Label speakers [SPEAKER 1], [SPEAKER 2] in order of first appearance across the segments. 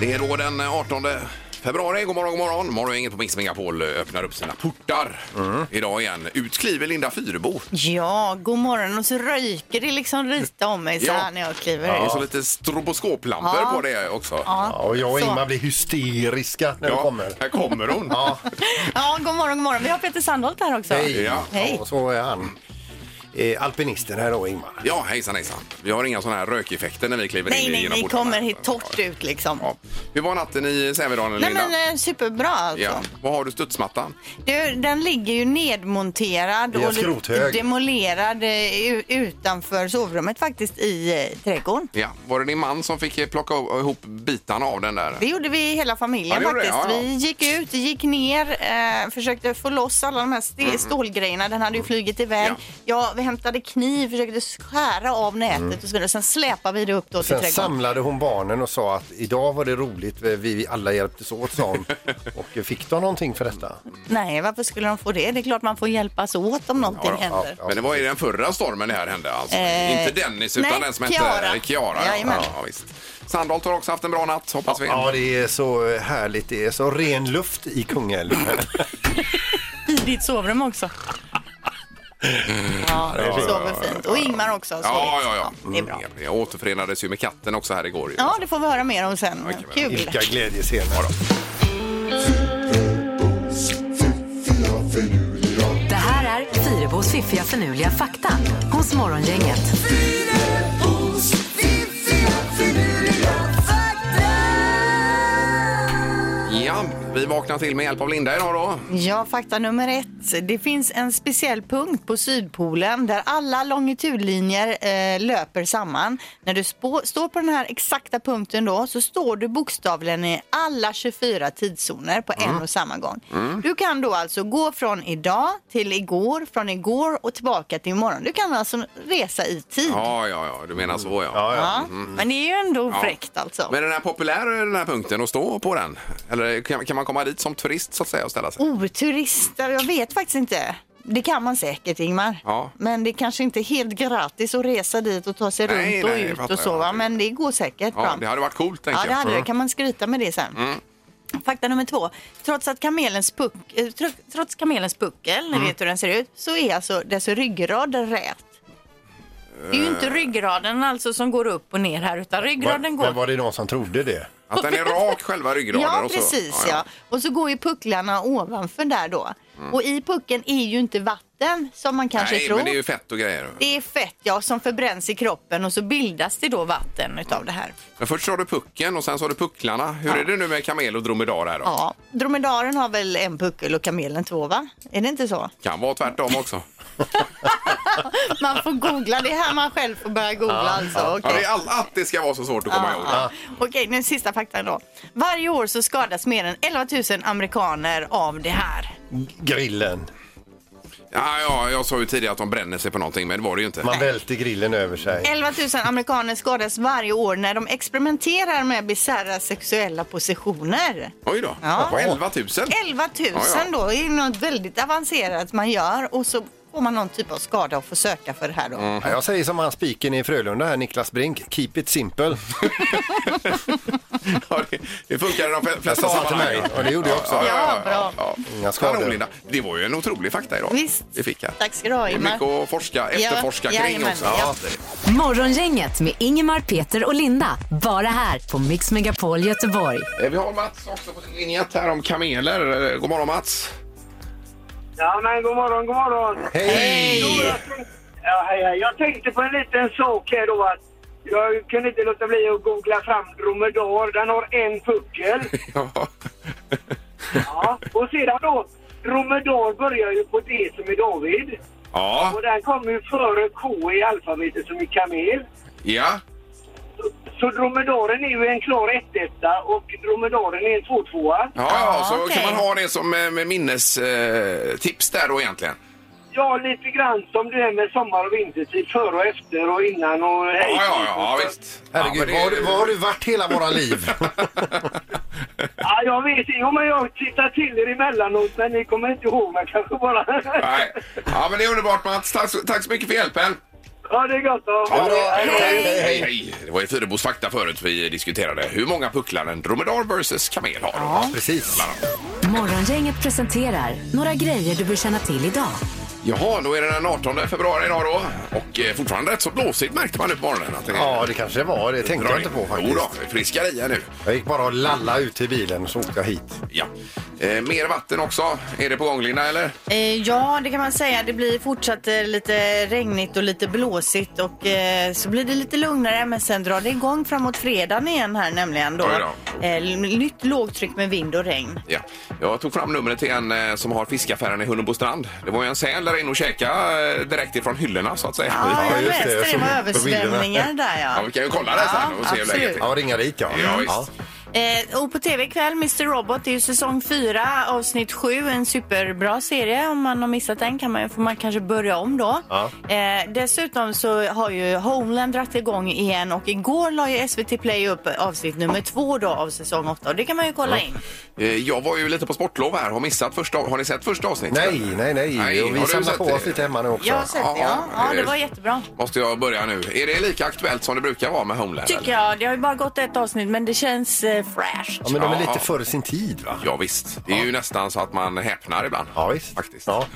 [SPEAKER 1] Det är då den 18 februari. God morgon, god morgon. Morgongänget på Mix Megapol eh, öppnar upp sina portar idag igen. Ut kliver Linda Fyrebo.
[SPEAKER 2] Mm. Ja, god morgon. Och så röker det liksom lite om mig så här
[SPEAKER 1] Ja.
[SPEAKER 2] när jag kliver
[SPEAKER 1] Det är
[SPEAKER 2] ut.
[SPEAKER 1] så lite stroboskoplampor
[SPEAKER 2] Ja.
[SPEAKER 1] på det också.
[SPEAKER 2] Ja.
[SPEAKER 3] Ja, och jag och
[SPEAKER 2] Så.
[SPEAKER 3] Ingmar blir hysteriska när
[SPEAKER 1] Ja,
[SPEAKER 3] det kommer.
[SPEAKER 1] Här kommer hon.
[SPEAKER 3] Ja,
[SPEAKER 2] ja, god morgon, god morgon. Vi har Peter Sandholt här också.
[SPEAKER 3] hej.
[SPEAKER 1] Ja.
[SPEAKER 3] Ja.
[SPEAKER 2] Hej.
[SPEAKER 3] så är han. Eh, alpinisten här då, Ingmar.
[SPEAKER 1] Ja, hejsan hejsan. Vi har inga såna här rökeffekter när vi kliver
[SPEAKER 2] Nej,
[SPEAKER 1] in
[SPEAKER 2] nej,
[SPEAKER 1] genom
[SPEAKER 2] ni
[SPEAKER 1] portarna.
[SPEAKER 2] kommer helt torrt ut liksom.
[SPEAKER 1] Ja. Hur var natten i Sävedalen,
[SPEAKER 2] Nej
[SPEAKER 1] Linda?
[SPEAKER 2] men eh, superbra alltså.
[SPEAKER 1] ja. Vad har du studsmattan?
[SPEAKER 2] Du, den ligger ju nedmonterad
[SPEAKER 3] Via
[SPEAKER 2] och lite
[SPEAKER 3] skrothög.
[SPEAKER 2] demolerad eh, u- utanför sovrummet faktiskt i eh, trädgården.
[SPEAKER 1] Ja. Var det din man som fick eh, plocka o- ihop bitarna av den där?
[SPEAKER 2] Det gjorde vi hela familjen
[SPEAKER 1] Ja, det gjorde
[SPEAKER 2] faktiskt.
[SPEAKER 1] det, ja, ja.
[SPEAKER 2] Vi gick ut, gick ner, eh, försökte få loss alla de här st- stålgrejerna. Den hade ju flugit iväg.
[SPEAKER 1] Mm. Ja.
[SPEAKER 2] Ja. vi hämtade kniv, försökte skära av nätet
[SPEAKER 1] Mm.
[SPEAKER 2] och så vidare. Sen släpade vi det upp då till
[SPEAKER 3] Sen
[SPEAKER 2] trädgården.
[SPEAKER 3] samlade hon barnen och sa att idag var det roligt, vi- vi alla hjälptes åt, sa hon. Och fick de någonting för detta?
[SPEAKER 2] Nej, varför skulle de få det? Det är klart man får hjälpas åt om någonting
[SPEAKER 1] Ja, då.
[SPEAKER 2] händer.
[SPEAKER 3] Ja.
[SPEAKER 1] Men det var i den förra stormen det här hände alltså.
[SPEAKER 2] Eh,
[SPEAKER 1] Inte Dennis utan
[SPEAKER 2] nej,
[SPEAKER 1] den som
[SPEAKER 2] Kiara.
[SPEAKER 1] hette Kiara.
[SPEAKER 2] Jajamän.
[SPEAKER 1] ja, visst. Sandholt har också haft en bra natt hoppas vi.
[SPEAKER 3] Ja, det är så härligt. Det är så ren luft i Kungälv.
[SPEAKER 2] I ditt sovrum också.
[SPEAKER 1] Mm.
[SPEAKER 2] Ja, du sover fint. Och Ingmar också har sovit.
[SPEAKER 1] Ja, ja, ja.
[SPEAKER 2] Det är bra.
[SPEAKER 1] Jag återförenades ju med katten också här igår. ju.
[SPEAKER 2] Ja, det får vi höra mer om sen.
[SPEAKER 1] Okej, men-
[SPEAKER 2] Kul.
[SPEAKER 3] Vilka glädjescener.
[SPEAKER 4] Det här är Fyrabos fiffiga förnuliga fakta hos Morgongänget.
[SPEAKER 1] Ja, vi vaknar till med hjälp av Linda idag då.
[SPEAKER 2] Ja, fakta nummer ett. Det finns en speciell punkt på Sydpolen där alla longitudlinjer eh, löper samman. När du spå- står på den här exakta punkten då så står du bokstavligen i alla 24 tidszoner på
[SPEAKER 1] Mm.
[SPEAKER 2] en och samma gång. Du kan då alltså gå från idag till igår, från igår och tillbaka till imorgon. Du kan alltså resa i tid.
[SPEAKER 1] Ja, ja, ja. Du menar så ja. Mm.
[SPEAKER 3] Ja, ja.
[SPEAKER 2] Ja, Men det är ju ändå fräckt alltså.
[SPEAKER 1] Men är den här populär den här punkten att stå på den? Eller kan, kan man komma dit som turist så att säga och ställa
[SPEAKER 2] Oh,
[SPEAKER 1] sig?
[SPEAKER 2] Oturister, jag vet faktiskt inte. Det kan man säkert, Ingmar.
[SPEAKER 1] Ja.
[SPEAKER 2] Men det är kanske inte är helt gratis att resa dit och ta sig
[SPEAKER 1] Nej,
[SPEAKER 2] runt och
[SPEAKER 1] nej, det
[SPEAKER 2] ut
[SPEAKER 1] fattar
[SPEAKER 2] och så,
[SPEAKER 1] jag.
[SPEAKER 2] va? men det går säkert
[SPEAKER 1] Ja,
[SPEAKER 2] bra.
[SPEAKER 1] det hade varit coolt tänkte
[SPEAKER 2] Ja, det hade
[SPEAKER 1] jag.
[SPEAKER 2] det. Kan man skryta med det sen?
[SPEAKER 1] Mm.
[SPEAKER 2] Fakta nummer två. Trots, att kamelens puck, eh, tro- trots kamelens puckel, ni
[SPEAKER 1] Mm.
[SPEAKER 2] vet hur den ser ut, så är alltså dess ryggrad rät. Det
[SPEAKER 1] Eh.
[SPEAKER 2] är ju inte ryggraden alltså som går upp och ner här, utan
[SPEAKER 3] Var,
[SPEAKER 2] ryggraden går
[SPEAKER 3] men var det någon som trodde det?
[SPEAKER 1] Att den är rak själva ryggraden
[SPEAKER 2] Ja,
[SPEAKER 1] och så.
[SPEAKER 2] precis. Ja, Och så går ju pucklarna ovanför där då. Och i pucken är ju inte vatten som man kanske
[SPEAKER 1] Mm. Nej,
[SPEAKER 2] tror.
[SPEAKER 1] men det är ju fett och grejer.
[SPEAKER 2] fett ja, som förbränns i kroppen och så bildas det då vatten utav det här.
[SPEAKER 1] Men först så har du pucken och sen så har du pucklarna. Hur är det nu med kamel och dromedar här då?
[SPEAKER 2] Ja, dromedaren har väl en puckel och kamelen två va? Är det inte så?
[SPEAKER 1] Kan vara tvärtom också.
[SPEAKER 2] Man får googla, det är här man själv får börja googla alltså.
[SPEAKER 1] Ja, Ah.
[SPEAKER 2] okej.
[SPEAKER 1] det är all, att det ska vara så svårt att komma ihåg.
[SPEAKER 2] Ja. Okej, nu sista faktan då. Varje år så skadas mer än 11 000 amerikaner av det här.
[SPEAKER 3] Grillen.
[SPEAKER 1] Ja, ja, jag sa ju tidigare att de bränner sig på någonting, men det var det ju inte.
[SPEAKER 3] Man välter grillen över sig.
[SPEAKER 2] 11 000 amerikaner skadas varje år när de experimenterar med bisarra sexuella positioner.
[SPEAKER 1] Oj då,
[SPEAKER 2] Ja.
[SPEAKER 1] på 11 000.
[SPEAKER 2] 11 000
[SPEAKER 1] Ja, ja.
[SPEAKER 2] då är något väldigt avancerat man gör och så får man någon typ av skada och får söka för det här då.
[SPEAKER 1] Mm.
[SPEAKER 3] Ja, Jag säger som han spiken i Frölunda här, Niklas Brink. Keep it simple.
[SPEAKER 1] Ja, det, det funkar i de fl- flesta
[SPEAKER 3] sa han till
[SPEAKER 1] sammanhang.
[SPEAKER 3] mig, och det gjorde jag också.
[SPEAKER 2] Ja, bra.
[SPEAKER 3] Inga skador.
[SPEAKER 1] Kanon, Linda. Det var ju en otrolig fakta idag.
[SPEAKER 2] Visst.
[SPEAKER 1] Det fick jag.
[SPEAKER 2] Tack ska du ha
[SPEAKER 1] Det är
[SPEAKER 2] Ingmar.
[SPEAKER 1] mycket att forska, efterforska
[SPEAKER 2] Ja,
[SPEAKER 1] kring
[SPEAKER 2] jajamän,
[SPEAKER 1] också.
[SPEAKER 2] ja.
[SPEAKER 4] Morgongänget med Ingemar, Peter och Linda. Bara här på Mix Megapol Göteborg.
[SPEAKER 1] Eh, Vi har Mats också på sin linjett här om kameler. Eh, God morgon Mats.
[SPEAKER 5] Ja, men god morgon, god morgon.
[SPEAKER 3] Hej!
[SPEAKER 5] Ja, hej, hej. Jag tänkte på en liten sak här då att jag kunde inte låta bli att googla fram dromedar. Den har en puckel.
[SPEAKER 1] Ja.
[SPEAKER 5] Ja. Och sedan då, dromedar börjar ju på D som i David.
[SPEAKER 1] Ja.
[SPEAKER 5] Och den kommer ju före K i alfabetet som i kamel.
[SPEAKER 1] ja.
[SPEAKER 5] Så dromedaren är ju en klar ettetta och dromedaren är en tvåtvåa.
[SPEAKER 1] Ja, ja,
[SPEAKER 2] Ja,
[SPEAKER 1] så
[SPEAKER 2] okej.
[SPEAKER 1] kan man ha det som eh, med minnestips där då egentligen.
[SPEAKER 5] Ja, lite grann som det är med sommar och vintertid. Före och efter och innan och
[SPEAKER 1] Ja,
[SPEAKER 5] hej.
[SPEAKER 1] ja, ja, visst. ja,
[SPEAKER 3] Herregud,
[SPEAKER 1] men
[SPEAKER 3] var, har du- var har du varit hela våra liv?
[SPEAKER 5] Ja, jag vet inte. Jo, men jag tittar till er emellanåt, men ni kommer inte ihåg mig kanske bara.
[SPEAKER 1] Nej. Ja, men det är underbart Mats. Tack, så- tack så mycket för hjälpen.
[SPEAKER 5] Ja, det är gott. då.
[SPEAKER 1] Ja,
[SPEAKER 3] hej, hej, hej.
[SPEAKER 1] hej. Det var ju Fyrebos fakta förut vi diskuterade hur många pucklar en dromedar versus kamel har.
[SPEAKER 3] Precis.
[SPEAKER 4] Morgongänget presenterar några grejer du bör känna till idag.
[SPEAKER 1] Jaha, då är det den 18 februari idag då. Och eh, fortfarande rätt så blåsigt märkte man nu på morgonen. Att det
[SPEAKER 3] Ja, det kanske det var. Det tänkte jag inte på faktiskt.
[SPEAKER 1] Jodå, det friskar i här nu.
[SPEAKER 3] Jag gick bara och lalla ut till bilen och så åkte jag hit.
[SPEAKER 1] Ja. Eh, mer vatten också. Är det på gång Linda eller?
[SPEAKER 2] Eh, ja, det kan man säga. Det blir fortsatt eh, lite regnigt och lite blåsigt och eh, så blir det lite lugnare. Men sen drar det igång framåt fredagen igen här nämligen då.
[SPEAKER 1] Oj då.
[SPEAKER 2] Eh, l- nytt lågtryck med vind och regn.
[SPEAKER 1] Ja. Jag tog fram numret till en eh, som har fiskaffären i Hunnebostrand. Det var ju en säl där inne och käka eh, direkt ifrån hyllorna så att säga.
[SPEAKER 2] Ja, jag
[SPEAKER 3] just det.
[SPEAKER 2] läste
[SPEAKER 3] Jag
[SPEAKER 2] det. Det
[SPEAKER 3] såg
[SPEAKER 2] var
[SPEAKER 3] på
[SPEAKER 2] översvämningar
[SPEAKER 3] bilderna.
[SPEAKER 2] där
[SPEAKER 1] Ja, vi kan ju kolla det sen och se hur läget är.
[SPEAKER 3] Ja, ringa dit ja.
[SPEAKER 1] Ja,
[SPEAKER 3] ja.
[SPEAKER 1] visst.
[SPEAKER 2] Eh, och på tv ikväll, Mr Robot, det är ju säsong 4, avsnitt 7. En superbra serie. Om man har missat den kan man, får man kanske börja om då.
[SPEAKER 3] Ja.
[SPEAKER 2] Eh, dessutom så har ju Homeland dragit igång igen och igår la ju SVT Play upp avsnitt nummer två då av säsong 8 och det kan man ju kolla in.
[SPEAKER 1] Eh, Jag var ju lite på sportlov här, har missat första, har ni sett första avsnittet?
[SPEAKER 3] Nej, nej, nej. och
[SPEAKER 1] har
[SPEAKER 3] vi
[SPEAKER 1] du
[SPEAKER 3] samlar
[SPEAKER 1] sett
[SPEAKER 3] på
[SPEAKER 1] det?
[SPEAKER 3] oss lite hemma nu också.
[SPEAKER 2] Jag har sett det, ja.
[SPEAKER 1] Ja,
[SPEAKER 2] ja.
[SPEAKER 1] det-
[SPEAKER 2] Det var jättebra.
[SPEAKER 1] Måste jag börja nu? Är det lika aktuellt som det brukar vara med Homeland?
[SPEAKER 2] Tycker jag. Det har ju bara gått ett avsnitt men det känns eh, fräscht.
[SPEAKER 3] Ja, men de är
[SPEAKER 1] Ja, ja.
[SPEAKER 3] lite före sin tid va?
[SPEAKER 1] Ja, visst. Det är ju nästan så att man häpnar ibland.
[SPEAKER 3] Ja, visst.
[SPEAKER 1] Faktiskt.
[SPEAKER 3] Ja.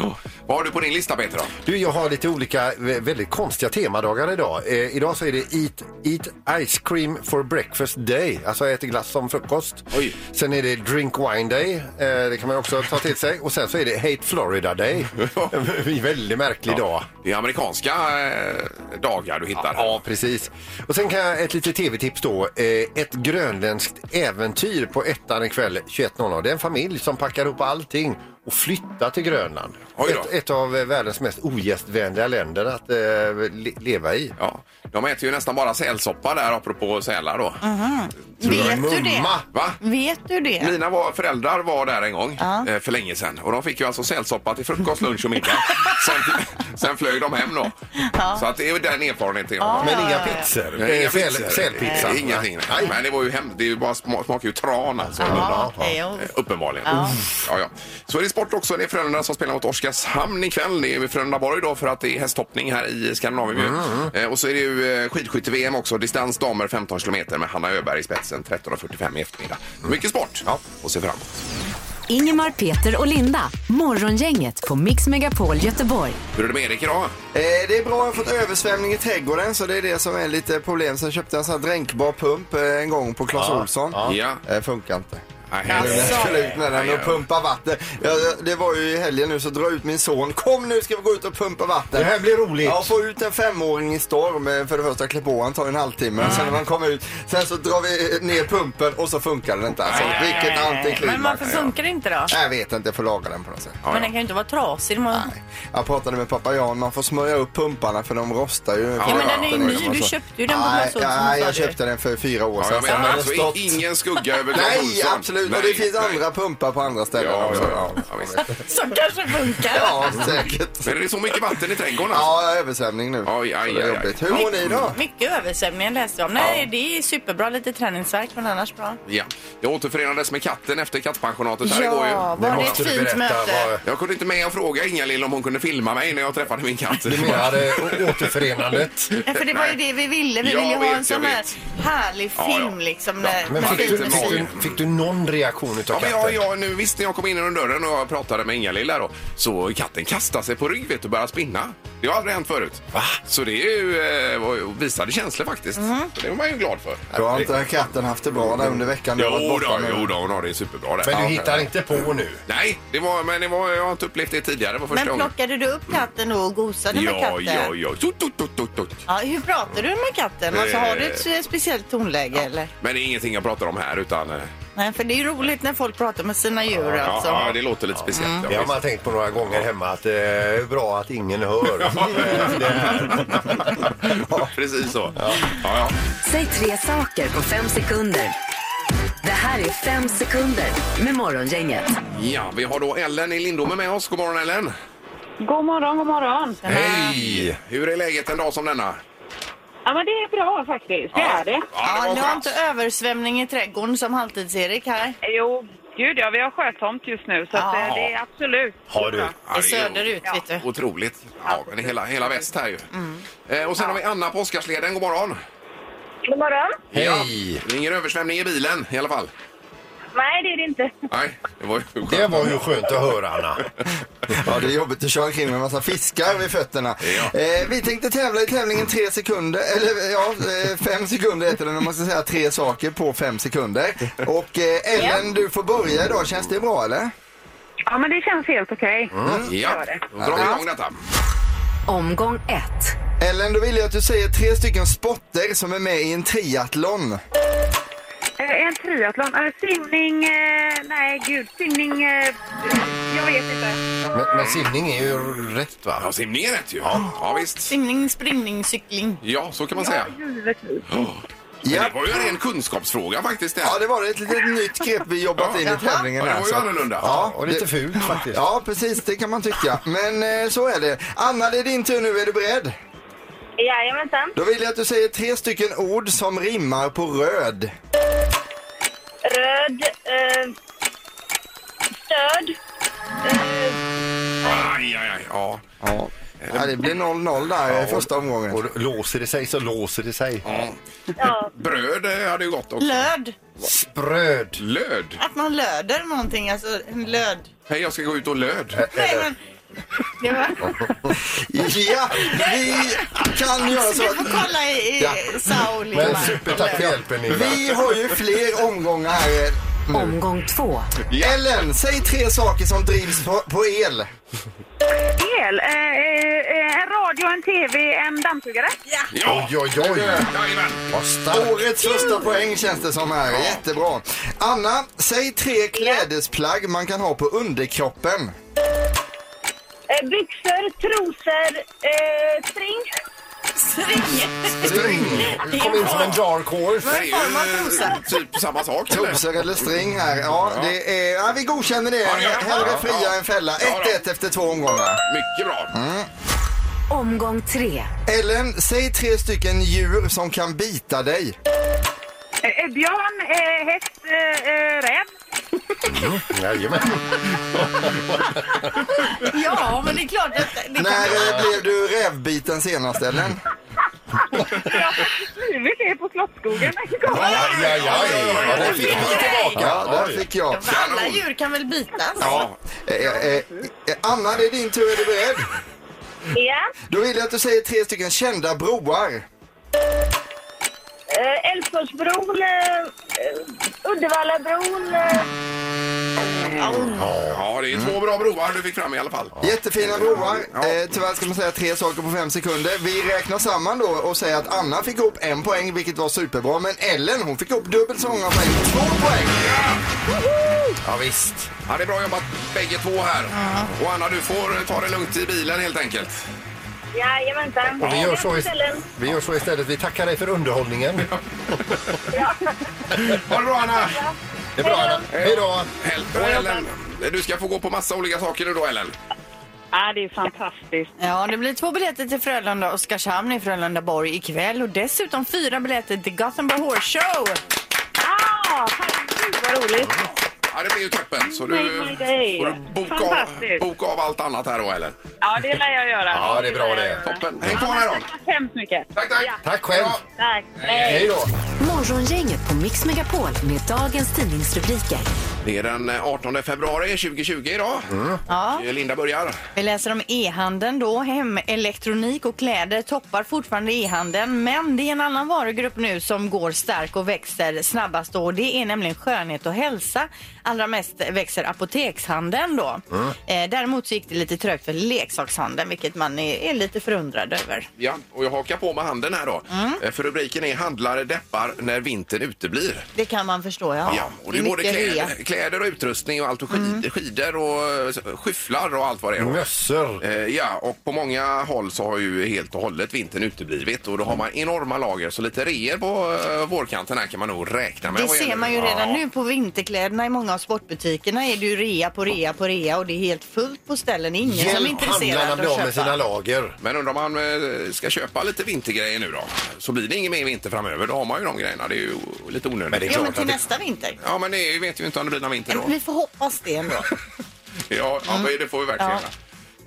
[SPEAKER 1] Vad har du på din lista Peter då?
[SPEAKER 3] Du, jag har lite olika eh, väldigt konstiga temadagar idag. Eh, idag så är det Eat, Eat Ice Cream for Breakfast Day. Alltså jag äter glass som frukost.
[SPEAKER 1] Oj.
[SPEAKER 3] Sen är det Drink Wine Day. Eh, det kan man också ta till sig. Och sen så är det Hate Florida Day. En väldigt märklig dag.
[SPEAKER 1] Det är amerikanska eh, dagar du hittar.
[SPEAKER 3] Ja, precis. Och sen kan jag ett litet tv-tips då. Eh, Ett grönländskt äventyr på ettan ikväll 21.00. Det är en familj som packar ihop allting och flyttar till Grönland.
[SPEAKER 1] Oj då.
[SPEAKER 3] Ett, ett av eh, världens mest ogästvänliga länder att eh, le- leva i.
[SPEAKER 1] Ja. De äter ju nästan bara sälsoppa där, apropå sälar då.
[SPEAKER 2] Mm. Vet du det?
[SPEAKER 3] Mumma!
[SPEAKER 1] Va?
[SPEAKER 2] Vet du det?
[SPEAKER 1] Mina var, föräldrar var där en gång eh, för länge sedan och de fick ju alltså sälsoppa till frukost, lunch och middag. sen, sen flög de hem då. Så att det är ju den erfarenheten jag har.
[SPEAKER 3] Men
[SPEAKER 2] Ja,
[SPEAKER 3] inga
[SPEAKER 2] ja, ja.
[SPEAKER 3] pizzor.
[SPEAKER 1] Nej,
[SPEAKER 3] Eh,
[SPEAKER 1] inga
[SPEAKER 3] säl-
[SPEAKER 1] pizzor.
[SPEAKER 3] Sälpizza.
[SPEAKER 1] Nej, Ingenting. Nej. Men det var ju hem, det är ju bara smak, smakar ju tran alltså.
[SPEAKER 2] Ja, okej.
[SPEAKER 1] Eh, Uppenbarligen. Ja, ja. Så är det sport också. Det är Frölunda som spelar mot Oskarshamn ikväll. Det är ju Frölunda Borg då för att det är hästhoppning här i Skandinavien. ju.
[SPEAKER 6] Mm.
[SPEAKER 1] Eh, Och så är det ju eh, skidskytte-VM också. Distans damer 15 kilometer med Hanna Öberg i spetsen 13.45 i eftermiddag.
[SPEAKER 6] Mm.
[SPEAKER 1] Mycket sport ja. och se fram emot.
[SPEAKER 4] Ingemar, Peter och Linda. Morgongänget på Mix Megapol Göteborg.
[SPEAKER 1] Hur är det med Erik idag?
[SPEAKER 6] Eh, Det är bra, jag har fått översvämning i trädgården så det är det som är lite problem. Sen köpte jag en sån här dränkbar pump eh, en gång på Clas Ohlson.
[SPEAKER 1] Ja.
[SPEAKER 6] Eh, Funkar inte.
[SPEAKER 1] Nej,
[SPEAKER 3] Alltså.
[SPEAKER 6] Nu när jag skulle ut med den
[SPEAKER 1] Nej,
[SPEAKER 6] och
[SPEAKER 1] ja.
[SPEAKER 6] pumpa vatten. Ja, ja, det var ju i helgen nu så drar jag ut min son. Kom nu ska vi gå ut och pumpa vatten.
[SPEAKER 3] Det här blir roligt.
[SPEAKER 6] Ja, få ut en femåring i storm. eh, För det första klä på han tar en halvtimme. Sen när man kommer ut, sen så drar vi eh, ner pumpen och så funkar den inte alltså. Vilket antiklimax.
[SPEAKER 2] Men varför funkar det inte då?
[SPEAKER 6] Nej, Jag vet inte, jag får laga den på något sätt.
[SPEAKER 1] ja.
[SPEAKER 2] Men den kan ju inte vara trasig. Den må-
[SPEAKER 6] Nej. Jag pratade med pappa Jan, man får smörja upp pumparna för de rostar ju.
[SPEAKER 1] Ja, men
[SPEAKER 2] den är ju ny. Du köpte ju den på Clas Ohlson,
[SPEAKER 6] Nej,
[SPEAKER 2] sa
[SPEAKER 6] jag
[SPEAKER 2] du.
[SPEAKER 6] köpte den för fyra år
[SPEAKER 1] Ja,
[SPEAKER 6] sedan.
[SPEAKER 1] jag
[SPEAKER 6] Sen
[SPEAKER 1] menar,
[SPEAKER 6] har den
[SPEAKER 1] alltså,
[SPEAKER 6] stått-
[SPEAKER 1] ingen skugga över Clas
[SPEAKER 6] Nej,
[SPEAKER 1] Ohlson.
[SPEAKER 6] absolut.
[SPEAKER 1] Nej,
[SPEAKER 6] och det finns
[SPEAKER 1] nej.
[SPEAKER 6] andra pumpar på andra
[SPEAKER 1] Ja,
[SPEAKER 6] ställen
[SPEAKER 1] ja,
[SPEAKER 6] också.
[SPEAKER 1] ja. ja, visst.
[SPEAKER 2] Som kanske funkar.
[SPEAKER 6] Ja, säkert.
[SPEAKER 1] Men är det så mycket vatten i trädgården? Alltså?
[SPEAKER 6] Ja, översvämning nu.
[SPEAKER 1] Oj, aj,
[SPEAKER 6] Så det är
[SPEAKER 1] aj,
[SPEAKER 6] jobbigt. Hur mår ni då?
[SPEAKER 2] Mycket översvämningen läste jag om. Nej, det är superbra. Lite träningsvärk men annars bra.
[SPEAKER 1] Ja. Jag återförenades med katten efter kattpensionatet här igår ju.
[SPEAKER 2] var det ett
[SPEAKER 3] måste du
[SPEAKER 2] fint
[SPEAKER 3] berätta
[SPEAKER 2] möte?
[SPEAKER 3] vad-
[SPEAKER 1] Jag kunde inte med och fråga Inga-Lill om hon kunde filma mig när jag träffade min katt.
[SPEAKER 3] Du menar eh, å- återförenandet?
[SPEAKER 2] Nej, för det var ju det vi ville. Vi
[SPEAKER 1] Jag
[SPEAKER 2] ville ju
[SPEAKER 1] vet,
[SPEAKER 2] ha en sån
[SPEAKER 1] jag
[SPEAKER 2] här
[SPEAKER 1] vet.
[SPEAKER 2] härlig
[SPEAKER 1] Ja,
[SPEAKER 2] film
[SPEAKER 1] ja.
[SPEAKER 2] liksom.
[SPEAKER 1] Ja,
[SPEAKER 2] när-
[SPEAKER 3] Men
[SPEAKER 2] med
[SPEAKER 3] fick
[SPEAKER 2] fin
[SPEAKER 3] du, fick,
[SPEAKER 2] musik.
[SPEAKER 3] du, fick du någon reaktion utav
[SPEAKER 1] Ja, men
[SPEAKER 3] katten?
[SPEAKER 1] jag, jag, nu visst när jag kom in genom dörren och jag pratade med Inga-Lill där då, så katten kastade sig på rygg vet, du, och började spinna. Det har aldrig hänt förut. Va? Så det är ju, eh, var- visade känslor faktiskt.
[SPEAKER 2] Mhm.
[SPEAKER 1] Så det var man ju glad för.
[SPEAKER 6] Då har inte katten haft det bra där under veckan. Du har varit
[SPEAKER 1] Jo då,
[SPEAKER 6] borta nu.
[SPEAKER 1] jo då, hon har det superbra där.
[SPEAKER 3] Men du
[SPEAKER 1] Ja.
[SPEAKER 3] hittar inte på nu?
[SPEAKER 1] Nej, det var, men det var, jag har inte upplevt det tidigare. Det var första
[SPEAKER 2] Men
[SPEAKER 1] gången.
[SPEAKER 2] plockade du upp katten då och gosade med
[SPEAKER 1] Ja,
[SPEAKER 2] katten?
[SPEAKER 1] ja, ja. Tut, tut, tut, tut, tut.
[SPEAKER 2] Ja, hur pratar du med katten? Alltså, har du ett eh, speciellt tonläge eller?
[SPEAKER 1] Men det är ingenting jag pratar om här utan... eh,
[SPEAKER 2] Nej, för det är ju roligt när folk pratar med sina djur
[SPEAKER 1] Ja,
[SPEAKER 2] alltså.
[SPEAKER 1] ja, det låter lite speciellt. ja,
[SPEAKER 3] Det har
[SPEAKER 1] visst.
[SPEAKER 3] Mm. man tänkt på några gånger hemma att det är bra att ingen hör. Eh, det här.
[SPEAKER 1] Ja, precis så. Ja. Ja,
[SPEAKER 4] Säg tre saker på fem sekunder. Det här är fem sekunder med Morgongänget.
[SPEAKER 1] ja, vi har då Ellen i Lindome med oss. God morgon Ellen!
[SPEAKER 7] God morgon, god morgon.
[SPEAKER 1] Hej! Hur är läget en dag som denna?
[SPEAKER 7] Ja, men det är bra faktiskt. Det är det.
[SPEAKER 1] Ja,
[SPEAKER 2] Ja, du
[SPEAKER 1] det var
[SPEAKER 2] har
[SPEAKER 1] skönt.
[SPEAKER 2] inte översvämning i trädgården som halvtids-Erik här.
[SPEAKER 7] Jo, Gud ja, vi har sjötomt just nu så att, eh, det är absolut.
[SPEAKER 3] Har du?
[SPEAKER 1] Ja,
[SPEAKER 2] Det är
[SPEAKER 1] det är
[SPEAKER 2] söderut, vet du.
[SPEAKER 1] Otroligt. Ja, men hela, hela väst här ju.
[SPEAKER 2] Mm.
[SPEAKER 1] Eh, och sen har vi Anna på Oscarsleden. God morgon.
[SPEAKER 7] God morgon.
[SPEAKER 3] Hej!
[SPEAKER 1] Det är ingen översvämning i bilen i alla fall.
[SPEAKER 7] Nej, det är det inte.
[SPEAKER 1] Nej, det var ju
[SPEAKER 3] Det
[SPEAKER 1] skönt.
[SPEAKER 3] var ju skönt att höra, Anna.
[SPEAKER 6] Ja, det är jobbigt att köra omkring med en massa fiskar vid fötterna. Eh, vi tänkte tävla i tävlingen tre sekunder, eller ja, eh, fem sekunder heter den om man ska säga tre saker på fem sekunder. Och eh, Ellen, du får börja idag. Känns det bra eller?
[SPEAKER 7] Ja, men det känns helt okej.
[SPEAKER 1] Ja, då drar vi igång detta.
[SPEAKER 4] Omgång ett.
[SPEAKER 6] Ellen, då vill jag att du säger tre stycken sporter som är med i en triathlon.
[SPEAKER 7] Eh, En triathlon, eh, simning, eh, nej gud, simning, eh, jag vet inte.
[SPEAKER 3] Men, men simning är ju rätt, va?
[SPEAKER 1] Ja, simning är rätt ju. Ja, visst.
[SPEAKER 2] Simning, springning, cykling.
[SPEAKER 1] Ja, så kan man säga.
[SPEAKER 7] Givetvis.
[SPEAKER 1] Men
[SPEAKER 6] Ja.
[SPEAKER 1] det var ju en ren kunskapsfråga faktiskt. Det.
[SPEAKER 6] Ja, det var ett litet nytt grepp vi jobbat in i tävlingen.
[SPEAKER 1] Ja, det
[SPEAKER 6] här,
[SPEAKER 1] var ju
[SPEAKER 6] så att-
[SPEAKER 1] annorlunda.
[SPEAKER 6] Ja,
[SPEAKER 3] Och lite fult, faktiskt.
[SPEAKER 6] Ja, precis, det kan man tycka. Men eh, så är det. Anna, det är din tur nu. Är du beredd?
[SPEAKER 7] Jajamensan.
[SPEAKER 6] Då vill jag att du säger tre stycken ord som rimmar på röd.
[SPEAKER 7] Röd, eh, stöd.
[SPEAKER 1] Aj, aj, aj. Ja.
[SPEAKER 6] Ja. det blir 0-0 där i första
[SPEAKER 3] Och
[SPEAKER 6] omgången.
[SPEAKER 3] då låser det sig så låser det sig.
[SPEAKER 1] Ja.
[SPEAKER 7] Ja.
[SPEAKER 1] Bröd eh, hade ju gått också.
[SPEAKER 2] Löd.
[SPEAKER 3] Spröd.
[SPEAKER 1] Löd.
[SPEAKER 2] Att man löder någonting, alltså en löd.
[SPEAKER 1] Hej, jag ska gå ut och löd.
[SPEAKER 2] Nej, men... Det var...
[SPEAKER 6] Ja, vi kan göra så
[SPEAKER 2] Du får
[SPEAKER 6] att
[SPEAKER 2] kolla i, i
[SPEAKER 6] Ja.
[SPEAKER 2] Sao
[SPEAKER 3] Men
[SPEAKER 2] Lima.
[SPEAKER 3] supertack för hjälpen, Ingvar.
[SPEAKER 6] vi har ju fler omgångar här. eh, Nu.
[SPEAKER 4] Omgång två.
[SPEAKER 6] Ellen, säg tre saker som drivs på, på el.
[SPEAKER 7] El, eh, eh, eh, en radio, en tv, en dammsugare.
[SPEAKER 1] Ja,
[SPEAKER 3] Oj, oj, oj.
[SPEAKER 1] jajamän.
[SPEAKER 3] Vad starkt.
[SPEAKER 6] Årets första poäng känns det som här. Jättebra. Anna, säg tre klädesplagg man kan ha på underkroppen.
[SPEAKER 7] Eh, byxor, trosor, eh, string.
[SPEAKER 2] String.
[SPEAKER 6] String.
[SPEAKER 3] Du kom in som en dark horse.
[SPEAKER 1] Det är ju typ samma sak. eller?
[SPEAKER 6] Trosor eller string här. Ja, det är, ja, vi godkänner det.
[SPEAKER 1] Ja, ja, ja.
[SPEAKER 6] Hellre fria
[SPEAKER 1] Ja.
[SPEAKER 6] än fälla.
[SPEAKER 1] Ja, då.
[SPEAKER 6] 1-1 efter två omgångar.
[SPEAKER 1] Mycket bra.
[SPEAKER 3] Mm.
[SPEAKER 4] Omgång tre.
[SPEAKER 6] Ellen, säg tre stycken djur som kan bita dig.
[SPEAKER 7] Eh, eh, björn, eh, häst, eh, eh, räv.
[SPEAKER 3] Jajamän.
[SPEAKER 2] Ja, men det är klart att det kan...
[SPEAKER 6] När eh, blev du rävbiten senast Ellen?
[SPEAKER 7] Jag har faktiskt blivit det på Slottsskogen.
[SPEAKER 3] Aj, aj, aj. Ja, där fick vi tillbaka.
[SPEAKER 6] Ja, där fick jag.
[SPEAKER 2] Alla djur kan väl bitas?
[SPEAKER 1] Ja,
[SPEAKER 6] Eh, eh, eh, Anna, det är din tur. Är du beredd?
[SPEAKER 7] Ja.
[SPEAKER 6] Då vill jag att du säger tre stycken kända broar.
[SPEAKER 7] Eh, Älvsborgsbron, eh, eh, Uddevallabron. Eh,
[SPEAKER 1] ja det är två
[SPEAKER 3] Mm.
[SPEAKER 1] bra broar du fick fram i alla fall.
[SPEAKER 6] Jättefina broar.
[SPEAKER 1] Ja.
[SPEAKER 6] Eh, tyvärr ska man säga tre saker på fem sekunder. Vi räknar samman då och säger att Anna fick ihop en poäng, vilket var superbra. Men Ellen, hon fick ihop dubbelt så många poäng. Två poäng!
[SPEAKER 3] Ja, visst.
[SPEAKER 1] Ja, det är bra jobbat bägge två här. Och Anna, du får eh, ta det lugnt i bilen helt enkelt.
[SPEAKER 7] Jajamensan.
[SPEAKER 3] Och vi gör så,
[SPEAKER 7] På ställen.
[SPEAKER 3] ist- vi gör så istället. Vi tackar dig för underhållningen.
[SPEAKER 1] Ha det bra, Anna!
[SPEAKER 3] Det är bra, Anna. Hej då.
[SPEAKER 1] Hel- och Ellen, du ska få gå på massa olika saker nu då, Ellen.
[SPEAKER 7] Ja, det är fantastiskt.
[SPEAKER 2] Ja, det blir två biljetter till Frölunda och Oskarshamn i Frölunda Borg ikväll och dessutom fyra biljetter till Gothenburg Horse Show.
[SPEAKER 7] Ah, herregud vad roligt.
[SPEAKER 1] Ja, det blir ju toppen. Så du
[SPEAKER 7] Nej, nej, nej.
[SPEAKER 1] får du boka av,
[SPEAKER 7] Fantastiskt.
[SPEAKER 1] boka av allt annat här då, Ellen.
[SPEAKER 7] Ja, det lär jag göra.
[SPEAKER 3] Ja, det är bra
[SPEAKER 7] lär jag
[SPEAKER 3] det.
[SPEAKER 7] göra.
[SPEAKER 1] Toppen. Häng kvar här då.
[SPEAKER 7] Tack hemskt mycket.
[SPEAKER 1] Tack, tack!
[SPEAKER 7] Ja,
[SPEAKER 3] Tack själv.
[SPEAKER 7] tack.
[SPEAKER 3] Hej då.
[SPEAKER 4] Morgongänget på Mix Megapol med dagens tidningsrubriker.
[SPEAKER 1] Det är den eh, 18 februari 2020 idag.
[SPEAKER 2] Ja.
[SPEAKER 1] Eh, Linda börjar.
[SPEAKER 2] Vi läser om e-handeln då. Hemelektronik och kläder toppar fortfarande e-handeln men det är en annan varugrupp nu som går stark och växer snabbast då. Det är nämligen skönhet och hälsa. Allra mest växer apotekshandeln då.
[SPEAKER 1] Mm.
[SPEAKER 2] Eh, däremot så gick det lite trögt för leksakshandeln vilket man är, är lite förundrad över.
[SPEAKER 1] Ja, och jag hakar på med handen här då.
[SPEAKER 2] Mm.
[SPEAKER 1] Eh, För rubriken är Handlare deppar när vintern uteblir.
[SPEAKER 2] Det kan man förstå ja.
[SPEAKER 1] Ja, och det är både
[SPEAKER 2] mycket Mm. rea.
[SPEAKER 1] kläder, kläder och utrustning och allt och skid, skidor och eh, skyfflar och allt vad det är.
[SPEAKER 3] Mössor.
[SPEAKER 1] Eh, Ja, och på många håll så har ju helt och hållet vintern uteblivit och då har man enorma lager så lite reor på eh, vårkanten här kan man nog räkna med.
[SPEAKER 2] Det
[SPEAKER 1] Vad är
[SPEAKER 2] ser man ju redan
[SPEAKER 1] Ja.
[SPEAKER 2] nu på vinterkläderna i många av sportbutikerna. är det ju rea på rea på rea och det är helt fullt på ställen. Det är Ingen som är
[SPEAKER 3] Hjälp handlarna
[SPEAKER 2] intresserad
[SPEAKER 3] bli
[SPEAKER 2] av
[SPEAKER 3] av
[SPEAKER 2] att
[SPEAKER 3] med
[SPEAKER 2] köpa.
[SPEAKER 3] sina lager.
[SPEAKER 1] Men undrar om man eh, ska köpa lite vintergrejer nu då? Så blir det ingen mer vinter framöver. Då har man ju de grejerna. Det är ju lite onödigt.
[SPEAKER 3] Men det är
[SPEAKER 2] Jo,
[SPEAKER 3] klart
[SPEAKER 2] men
[SPEAKER 3] att
[SPEAKER 2] till nästa Äh, vinter.
[SPEAKER 1] Ja, men det är- vi vet ju inte om det blir fina vinter då.
[SPEAKER 2] Vi får hoppas det ändå.
[SPEAKER 1] Ja, ja men det får vi verkligen
[SPEAKER 2] Mm. Ja.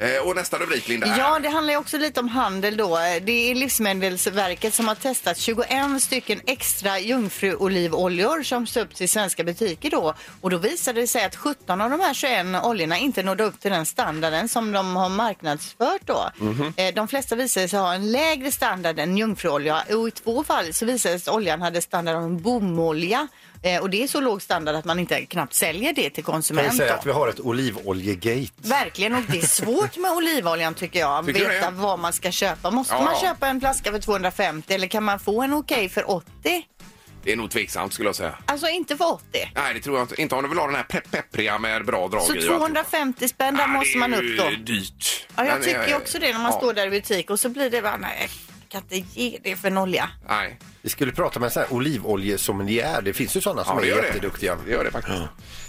[SPEAKER 1] göra. Eh, och nästa rubrik, Linda. här.
[SPEAKER 2] Ja, det handlar ju också lite om handel då. Det är Livsmedelsverket som har testat 21 stycken extra jungfruolivoljor som köps i svenska butiker då. Och då visade det sig att 17 av de här 21 oljorna inte nådde upp till den standarden som de har marknadsfört då.
[SPEAKER 3] Mhm.
[SPEAKER 2] Eh, De flesta visade sig ha en lägre standard än jungfruolja och i två fall så visade det sig att oljan hade standard av en bomolja. Eh, Och det är så låg standard att man inte knappt säljer det till
[SPEAKER 3] Kan vi
[SPEAKER 2] konsument.
[SPEAKER 3] säga
[SPEAKER 2] då.
[SPEAKER 3] att vi har ett olivoljegate?
[SPEAKER 2] Verkligen, och det är svårt med olivoljan tycker jag.
[SPEAKER 1] Tycker du
[SPEAKER 2] Veta
[SPEAKER 1] det?
[SPEAKER 2] vad man ska köpa. Måste
[SPEAKER 1] Ja.
[SPEAKER 2] man köpa en flaska för 250 eller kan man få en okej för 80?
[SPEAKER 1] Det är nog tveksamt skulle jag säga.
[SPEAKER 2] Alltså inte för 80.
[SPEAKER 1] Nej, det tror jag inte. Inte om du vill ha den här pepp- peppriga med bra drag
[SPEAKER 2] Så
[SPEAKER 1] i och alltihopa.
[SPEAKER 2] 250 spänn, där
[SPEAKER 1] Nej,
[SPEAKER 2] måste man upp då.
[SPEAKER 1] Ah, Det är ju dyrt.
[SPEAKER 2] Ja, jag
[SPEAKER 1] Men,
[SPEAKER 2] tycker ju
[SPEAKER 1] eh,
[SPEAKER 2] också det när man
[SPEAKER 1] ja.
[SPEAKER 2] står där i butik och så blir det bara nej, jag kan inte ge det för en olja.
[SPEAKER 1] Nej.
[SPEAKER 3] Vi skulle prata med en sån här olivoljesommelier. Det finns ju sådana som
[SPEAKER 1] Ja, det
[SPEAKER 3] är
[SPEAKER 1] gör
[SPEAKER 3] jätteduktiga.
[SPEAKER 1] det. det gör det faktiskt.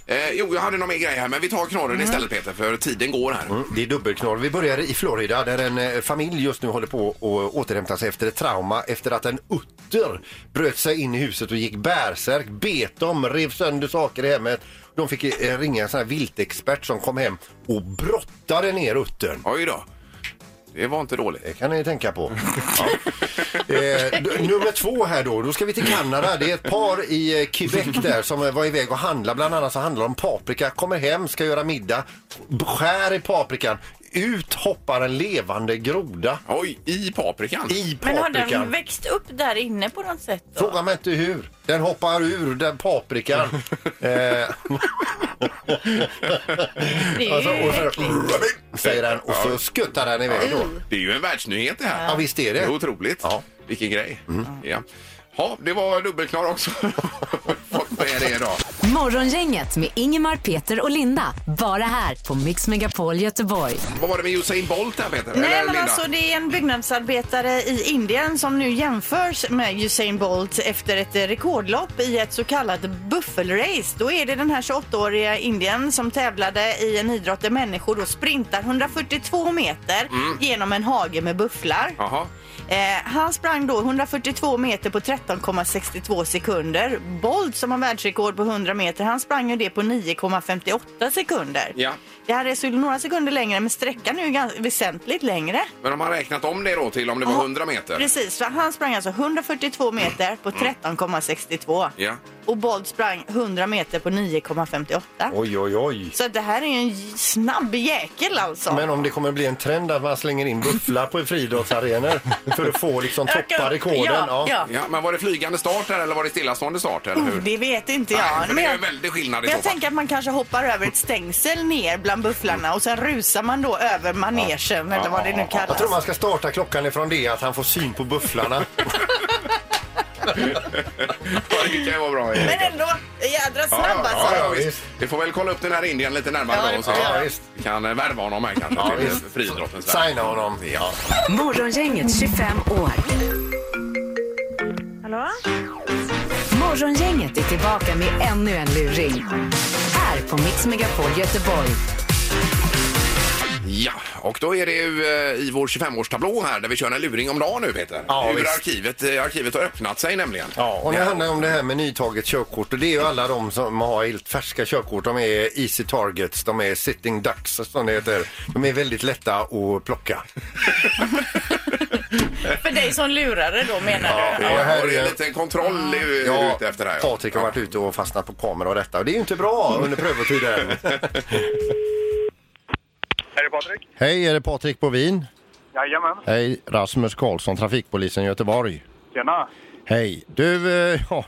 [SPEAKER 1] Eh, jo, jag hade någon mer grej här, men vi tar knorren
[SPEAKER 2] Mm.
[SPEAKER 1] istället Peter, för tiden går här.
[SPEAKER 3] Mm, Det är dubbelknorr. Vi börjar i Florida där en eh, familj just nu håller på att återhämta sig efter ett trauma efter att en utter bröt sig in i huset och gick bärsärk, bet dem, rev sönder saker i hemmet. De fick eh, ringa en sån här viltexpert som kom hem och brottade ner uttern.
[SPEAKER 1] Oj då. Det var inte dåligt.
[SPEAKER 3] Det kan ni tänka på. Eh, d- nummer två här då, då ska vi till Kanada. Det är ett par i eh, Quebec där som eh, var iväg och handla. Bland annat så handlar det om paprika. Kommer hem, ska göra middag, b- skär i paprikan. Ut hoppar en levande groda
[SPEAKER 1] Oj, i paprikan.
[SPEAKER 3] i
[SPEAKER 2] Men har den
[SPEAKER 3] paprikan.
[SPEAKER 2] växt upp där inne på något sätt då?
[SPEAKER 3] Fråga mig inte hur. Den hoppar ur den paprikan. eh,
[SPEAKER 2] Det
[SPEAKER 3] alltså,
[SPEAKER 2] är ju
[SPEAKER 3] och så,
[SPEAKER 2] äckligt.
[SPEAKER 3] säger den och så skuttar den iväg då.
[SPEAKER 2] Mm.
[SPEAKER 1] Det är ju en världsnyhet det här.
[SPEAKER 3] Ja, visst är det.
[SPEAKER 1] är otroligt.
[SPEAKER 3] Ja.
[SPEAKER 1] Vilken grej.
[SPEAKER 2] Mm.
[SPEAKER 1] Ja. Ja, det var dubbelklar också. Fått med det idag.
[SPEAKER 4] Morgongänget med Ingemar, Peter och Linda. Bara här på Mix Megapol Göteborg.
[SPEAKER 1] Vad var det med Usain Bolt här Peter?
[SPEAKER 2] Nej,
[SPEAKER 1] Eller
[SPEAKER 2] men
[SPEAKER 1] Linda?
[SPEAKER 2] alltså det är en byggnadsarbetare i Indien som nu jämförs med Usain Bolt efter ett eh, rekordlopp i ett så kallat buffelrace. Då är det den här 28-åriga Indien som tävlade i en idrott där människor då sprintar 142 meter
[SPEAKER 1] Mm.
[SPEAKER 2] genom en hage med bufflar.
[SPEAKER 1] Jaha.
[SPEAKER 2] Eh, han sprang då 142 meter på 13,62 sekunder. Bolt som har världsrekord på 100 meter, han sprang ju det på 9,58 sekunder.
[SPEAKER 1] Ja.
[SPEAKER 2] Det här är så några sekunder längre, men sträckan är ju gans- väsentligt längre.
[SPEAKER 1] Men om man räknat om det då till om det var
[SPEAKER 2] Ja,
[SPEAKER 1] 100 meter?
[SPEAKER 2] Precis, för han sprang alltså 142 meter på 13,62.
[SPEAKER 1] Ja.
[SPEAKER 2] Och Bolt sprang 100 meter på 9,58.
[SPEAKER 3] Oj, oj, oj.
[SPEAKER 2] Så att det här är ju en j- snabb jäkel alltså.
[SPEAKER 3] Men om det kommer bli en trend att man slänger in bufflar på friidrottsarenor för att få liksom
[SPEAKER 2] Öka
[SPEAKER 3] toppa
[SPEAKER 2] upp.
[SPEAKER 3] rekorden.
[SPEAKER 2] Ja, ja.
[SPEAKER 1] Ja, men var det flygande start här eller var det stillastående start? Eller hur?
[SPEAKER 2] Det vet inte
[SPEAKER 1] Nej,
[SPEAKER 2] jag.
[SPEAKER 1] för det är en väldig skillnad i
[SPEAKER 2] men
[SPEAKER 1] så
[SPEAKER 2] jag
[SPEAKER 1] fall.
[SPEAKER 2] tänker att man kanske hoppar över ett stängsel ner bland bufflarna och sen rusar man då över manegen eller vad det nu kallas.
[SPEAKER 3] Jag tror man ska starta klockan ifrån det att han får syn på bufflarna.
[SPEAKER 1] Ja, det kan ju vara bra.
[SPEAKER 2] Men ändå, jädra snabb
[SPEAKER 1] Ja,
[SPEAKER 2] alltså.
[SPEAKER 1] ja, ja,
[SPEAKER 3] visst.
[SPEAKER 1] visst. Vi får väl kolla upp den här Indien lite närmare
[SPEAKER 2] Ja,
[SPEAKER 1] då
[SPEAKER 2] det
[SPEAKER 1] och
[SPEAKER 2] får
[SPEAKER 1] se.
[SPEAKER 2] vi
[SPEAKER 3] göra.
[SPEAKER 1] Vi kan eh, värva honom här kanske
[SPEAKER 3] Ja,
[SPEAKER 1] till
[SPEAKER 3] visst.
[SPEAKER 1] friidrottens värld.
[SPEAKER 3] Signa honom. Ja.
[SPEAKER 4] Morgongänget 25 år.
[SPEAKER 7] Hallå?
[SPEAKER 4] Morgongänget är tillbaka med ännu en luring. Här på Mix Megapol Göteborg.
[SPEAKER 1] Ja, och då är det ju eh, i vår 25-årstablå här där vi kör en luring om dagen nu Peter.
[SPEAKER 3] Ja,
[SPEAKER 1] Hur
[SPEAKER 3] visst.
[SPEAKER 1] arkivet, eh, arkivet har öppnat sig nämligen.
[SPEAKER 3] Ja, och nu handlar det om det här med nytaget körkort och det är ju alla de som har helt färska körkort. De är easy targets, de är sitting ducks som det heter. De är väldigt lätta att plocka.
[SPEAKER 2] För dig som lurare då menar du?
[SPEAKER 1] Ja,
[SPEAKER 3] här
[SPEAKER 1] och det är
[SPEAKER 3] är-
[SPEAKER 1] lite kontroll är ju
[SPEAKER 3] Ja,
[SPEAKER 1] ute efter det här.
[SPEAKER 3] Patrik har varit ute och fastnat på kamera och detta och det är ju inte bra under prövotiden.
[SPEAKER 8] Är det Patrik?
[SPEAKER 3] Hej, är det Patrik Bovin?
[SPEAKER 8] Jajamän.
[SPEAKER 3] Hej, Rasmus Karlsson, trafikpolisen Göteborg.
[SPEAKER 8] Tjena.
[SPEAKER 3] Hej. Du, eh, ja,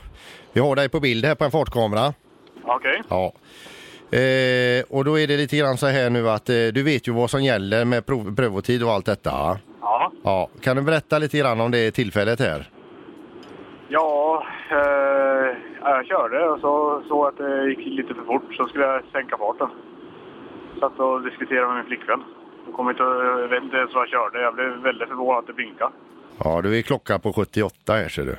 [SPEAKER 3] vi har dig på bild här på en fartkamera.
[SPEAKER 8] Okej.
[SPEAKER 3] Ja. Eh, och då är det lite grann så här nu att eh, du vet ju vad som gäller med prov- prövotid och allt detta.
[SPEAKER 8] Ja.
[SPEAKER 3] Ja. Kan du berätta lite grann om det tillfället här?
[SPEAKER 8] Ja, eh, jag körde och så såg att det gick lite för fort så skulle jag sänka farten. Satt och diskuterade med min flickvän. Hon kom inte, jag vet inte ens vad jag körde. Jag blev väldigt förvånad att det blinkade.
[SPEAKER 3] Ja, du är klocka på 78 här ser du.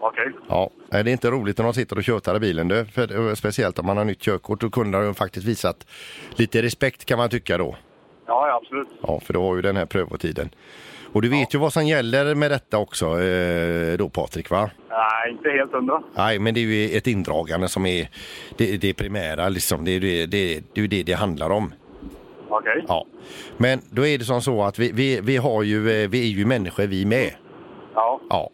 [SPEAKER 8] Okej.
[SPEAKER 3] Ja, Nej, det är inte roligt när de sitter och tjötar i bilen. Du. För, eh, speciellt om man har nytt körkort. Då kunde de ju faktiskt visat lite respekt kan man tycka då.
[SPEAKER 8] Ja, ja, absolut.
[SPEAKER 3] Ja, för då har ju den här prövotiden. Och du vet ju vad som gäller med detta också eh, då Patrik va?
[SPEAKER 8] Nej, inte helt hundra.
[SPEAKER 3] Nej, men det är ju ett indragande som är det, det primära liksom. Det är ju det det, det, är ju det det handlar om.
[SPEAKER 8] Okej.
[SPEAKER 3] Ja. Men då är det som så att vi, vi, vi, har ju, eh, vi är ju människor vi med.
[SPEAKER 8] Ja.
[SPEAKER 3] Ja.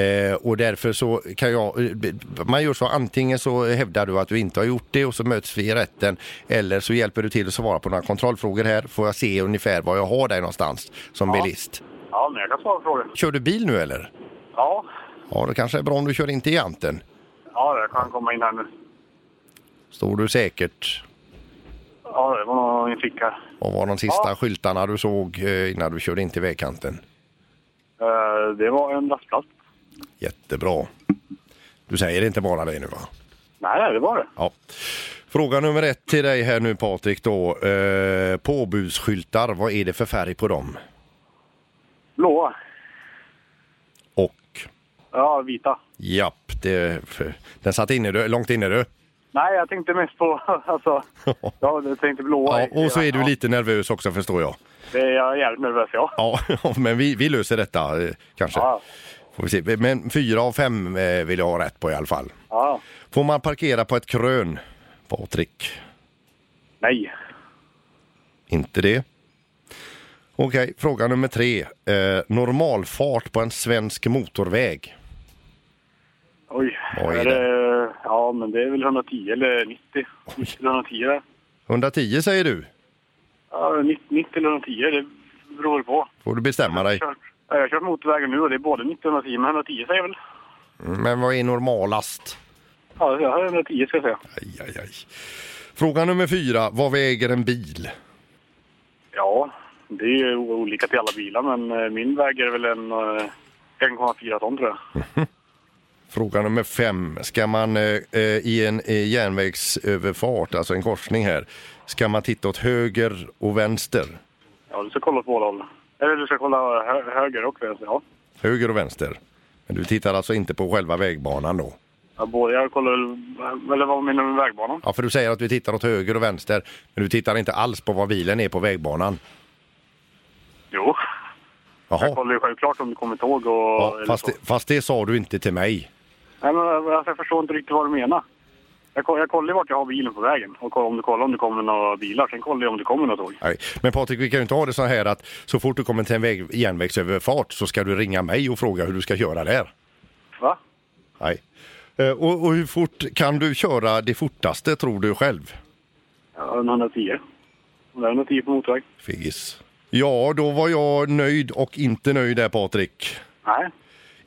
[SPEAKER 3] Eh, och därför så kan jag, eh, b- man gör så antingen så hävdar du att du inte har gjort det och så möts vi i rätten eller så hjälper du till att svara på några kontrollfrågor här. Får jag se ungefär var jag har dig någonstans som bilist.
[SPEAKER 8] Ja, men jag kan svara på frågan.
[SPEAKER 3] Kör du bil nu eller?
[SPEAKER 8] Ja.
[SPEAKER 3] Ja, då kanske det är bra om du kör in till janten.
[SPEAKER 8] Ja, jag kan komma in här nu.
[SPEAKER 3] Stod du säkert
[SPEAKER 8] Ja, det var nog en ficka.
[SPEAKER 3] och var de sista skyltarna du såg eh, innan du körde in till vägkanten?
[SPEAKER 8] Eh, det var en lastplats.
[SPEAKER 3] Jättebra. Du säger inte bara det nu va?
[SPEAKER 8] Nej, nej, det var det.
[SPEAKER 3] Ja. Fråga nummer ett till dig här nu Patrik då. Eh, påbudsskyltar, vad är det för färg på dem?
[SPEAKER 8] Blåa.
[SPEAKER 3] Och
[SPEAKER 8] Ja, vita.
[SPEAKER 3] japp, det, den satt inne du, långt inne du.
[SPEAKER 8] Nej, jag tänkte mest på... Alltså, ja, jag tänkte blåa.
[SPEAKER 3] Ja, och så är du lite nervös också förstår jag.
[SPEAKER 8] Det är jag jävligt nervös, ja.
[SPEAKER 3] Ja, men vi, vi löser detta eh, kanske.
[SPEAKER 8] Ja.
[SPEAKER 3] Får vi se. Men fyra av fem eh, vill jag ha rätt på i alla fall.
[SPEAKER 8] ja.
[SPEAKER 3] Får man parkera på ett krön? Patrik,
[SPEAKER 8] Nej.
[SPEAKER 3] inte det. Okej, fråga nummer tre. Eh, normalfart på en svensk motorväg?
[SPEAKER 8] Oj.
[SPEAKER 3] Vad är
[SPEAKER 8] Ja, men det är väl 110 eller 90. 90 eller 110 där.
[SPEAKER 3] 110 säger du.
[SPEAKER 8] Ja, 90, 90 eller 110, det beror på.
[SPEAKER 3] Får du bestämma dig.
[SPEAKER 8] Kört, ja, jag har kört motorvägen nu och det är både 90 och 110, men 110 säger jag väl.
[SPEAKER 3] Men vad är normalast?
[SPEAKER 8] Ja, jag har 110 ska jag säga.
[SPEAKER 3] Aj, aj, aj. Fråga nummer fyra. Vad väger en bil?
[SPEAKER 8] Ja, det är ju olika till alla bilar, men eh, min väger väl en eh, 1,4 ton tror jag.
[SPEAKER 3] Fråga nummer fem. Ska man eh, eh, i en eh, järnvägsöverfart, alltså en korsning här, ska man titta åt höger och vänster?
[SPEAKER 8] Ja, du ska kolla på båda hållen. Eller du ska kolla hö- höger och vänster, ja.
[SPEAKER 3] Höger och vänster. Men du tittar alltså inte på själva vägbanan då?
[SPEAKER 8] ja både, jag kollar, väl- eller vad menar du med vägbanan?
[SPEAKER 3] Ja, för du säger att du tittar åt höger och vänster, men du tittar inte alls på var bilen är på vägbanan.
[SPEAKER 8] Jo, jag
[SPEAKER 3] Jaha,
[SPEAKER 8] kollar ju självklart om du kommer ihåg och...
[SPEAKER 3] ja,
[SPEAKER 8] eller
[SPEAKER 3] fast,
[SPEAKER 8] så.
[SPEAKER 3] det, fast det sa du inte till mig.
[SPEAKER 8] Nej, men alltså, jag förstår inte riktigt vad du menar. Jag, ko- jag kollar ju vart jag har bilen på vägen och koll- om du kollar om det kommer några bilar. Sen kollar jag om det kommer några tåg.
[SPEAKER 3] Nej. Men Patrik, vi kan ju inte ha det så här att så fort du kommer till en väg, järnvägsöverfart så ska du ringa mig och fråga hur du ska göra där.
[SPEAKER 8] Va?
[SPEAKER 3] Nej. Eh, Och, och hur fort kan du köra det fortaste tror du själv?
[SPEAKER 8] Ja, en 110. Det är 110 på motorväg.
[SPEAKER 3] Figgis. Ja, då var jag nöjd och inte nöjd där Patrik.
[SPEAKER 8] Nej.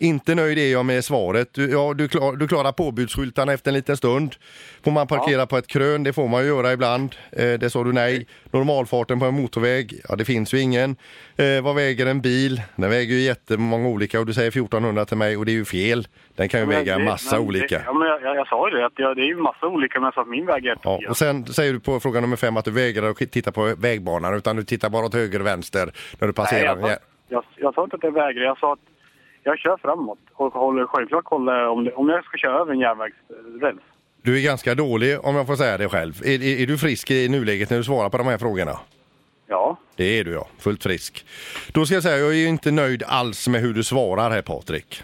[SPEAKER 3] Inte nöjd är jag med svaret. Du, ja, du, klar, du klarar påbudsskyltarna efter en liten stund. Får man parkera på ett krön, det får man ju göra ibland. Eh, det sa du nej. Normalfarten på en motorväg, ja det finns ju ingen. Eh, vad väger en bil? Den väger ju jättemånga olika och du säger 1400 till mig och det är ju fel. Den kan ju väga
[SPEAKER 8] Men det-
[SPEAKER 3] massa
[SPEAKER 8] men det-
[SPEAKER 3] olika.
[SPEAKER 8] Ja, men jag, jag, jag sa ju det, att jag, det är ju massa olika, men jag sa att min väg är
[SPEAKER 3] Ja,
[SPEAKER 8] 110.
[SPEAKER 3] och sen säger du på fråga nummer fem att du vägrar att titta på vägbanan utan du tittar bara åt höger och vänster när du
[SPEAKER 8] Nej,
[SPEAKER 3] passerar.
[SPEAKER 8] jag, sa,
[SPEAKER 3] Nej,
[SPEAKER 8] jag, jag sa inte att jag vägrar. Jag sa att jag kör framåt och håller självklart kolla om, det, om jag ska köra över en järnvägsräls.
[SPEAKER 3] du är ganska dålig om jag får säga det själv. Är, är, är du frisk i nuläget när du svarar på de här frågorna?
[SPEAKER 8] Ja.
[SPEAKER 3] Det är du ja, fullt frisk. Då ska jag säga, jag är ju inte nöjd alls med hur du svarar här Patrik.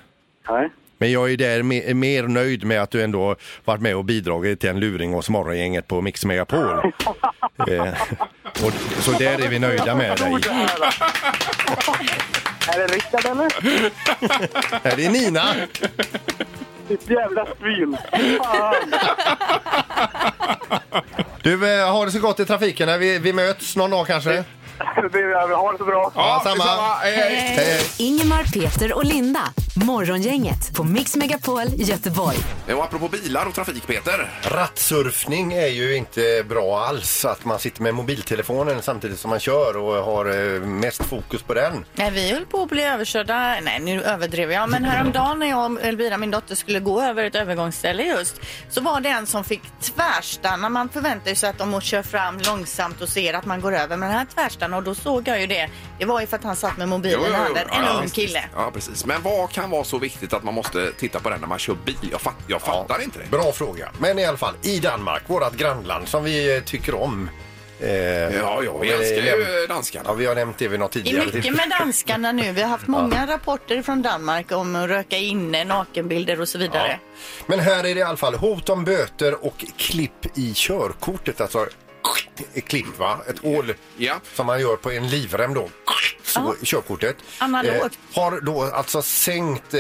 [SPEAKER 8] Nej.
[SPEAKER 3] Men jag är där me- mer nöjd med att du ändå varit med och bidragit till en luring och morgongänget på Mix Megapol. eh, och, så där är vi nöjda med dig.
[SPEAKER 8] Är det Rickard eller?
[SPEAKER 3] Här är Nina!
[SPEAKER 8] Ditt jävla svin!
[SPEAKER 3] Du, eh, har det så gott i trafiken. här. Vi, vi möts någon dag kanske.
[SPEAKER 8] Det är, ha det så bra!
[SPEAKER 3] Ja, samma.
[SPEAKER 1] Hej, hej.
[SPEAKER 4] Ingemar, Peter och Linda. Morgongänget på Mix Megapol Göteborg.
[SPEAKER 1] Och apropå bilar och trafik, Peter.
[SPEAKER 9] Rattsurfning är ju inte bra alls. Att man sitter med mobiltelefonen samtidigt som man kör och har eh, mest fokus på den.
[SPEAKER 2] Nej, vi höll på att bli överkörda. Nej, nu överdrev jag. Men häromdagen när jag och Elvira, min dotter, skulle gå över ett övergångsställe just så var det en som fick tvärstanna. Man förväntar ju sig att de kör fram långsamt och ser att man går över. Men den här tvärstanna och då såg jag ju det. Det var ju för att han satt med mobilen i handen. En
[SPEAKER 1] Ja,
[SPEAKER 2] ung
[SPEAKER 1] visst.
[SPEAKER 2] kille.
[SPEAKER 1] Ja, precis. Men vad kan vara så viktigt att man måste titta på den när man kör bil? Jag, fatt, jag fattar inte det.
[SPEAKER 9] Bra fråga. Men i alla fall, i Danmark, vårt grannland som vi eh, tycker om
[SPEAKER 3] Eh,
[SPEAKER 1] Ja, ja, vi
[SPEAKER 3] och
[SPEAKER 1] älskar ju
[SPEAKER 3] näm- Ja,
[SPEAKER 1] danskarna.
[SPEAKER 3] vi har nämnt det vid något
[SPEAKER 2] Det
[SPEAKER 3] tidigare
[SPEAKER 2] är mycket med danskarna nu. Vi har haft många rapporter från Danmark om att röka inne, nakenbilder och så vidare.
[SPEAKER 3] Men här är det i alla fall hot om böter och klipp i körkortet. Alltså ett klipp, va? Ett hål
[SPEAKER 1] Ja.
[SPEAKER 3] som man gör på en livrem då. Så, i körkortet.
[SPEAKER 2] Analogt.
[SPEAKER 3] Eh, har då alltså sänkt eh,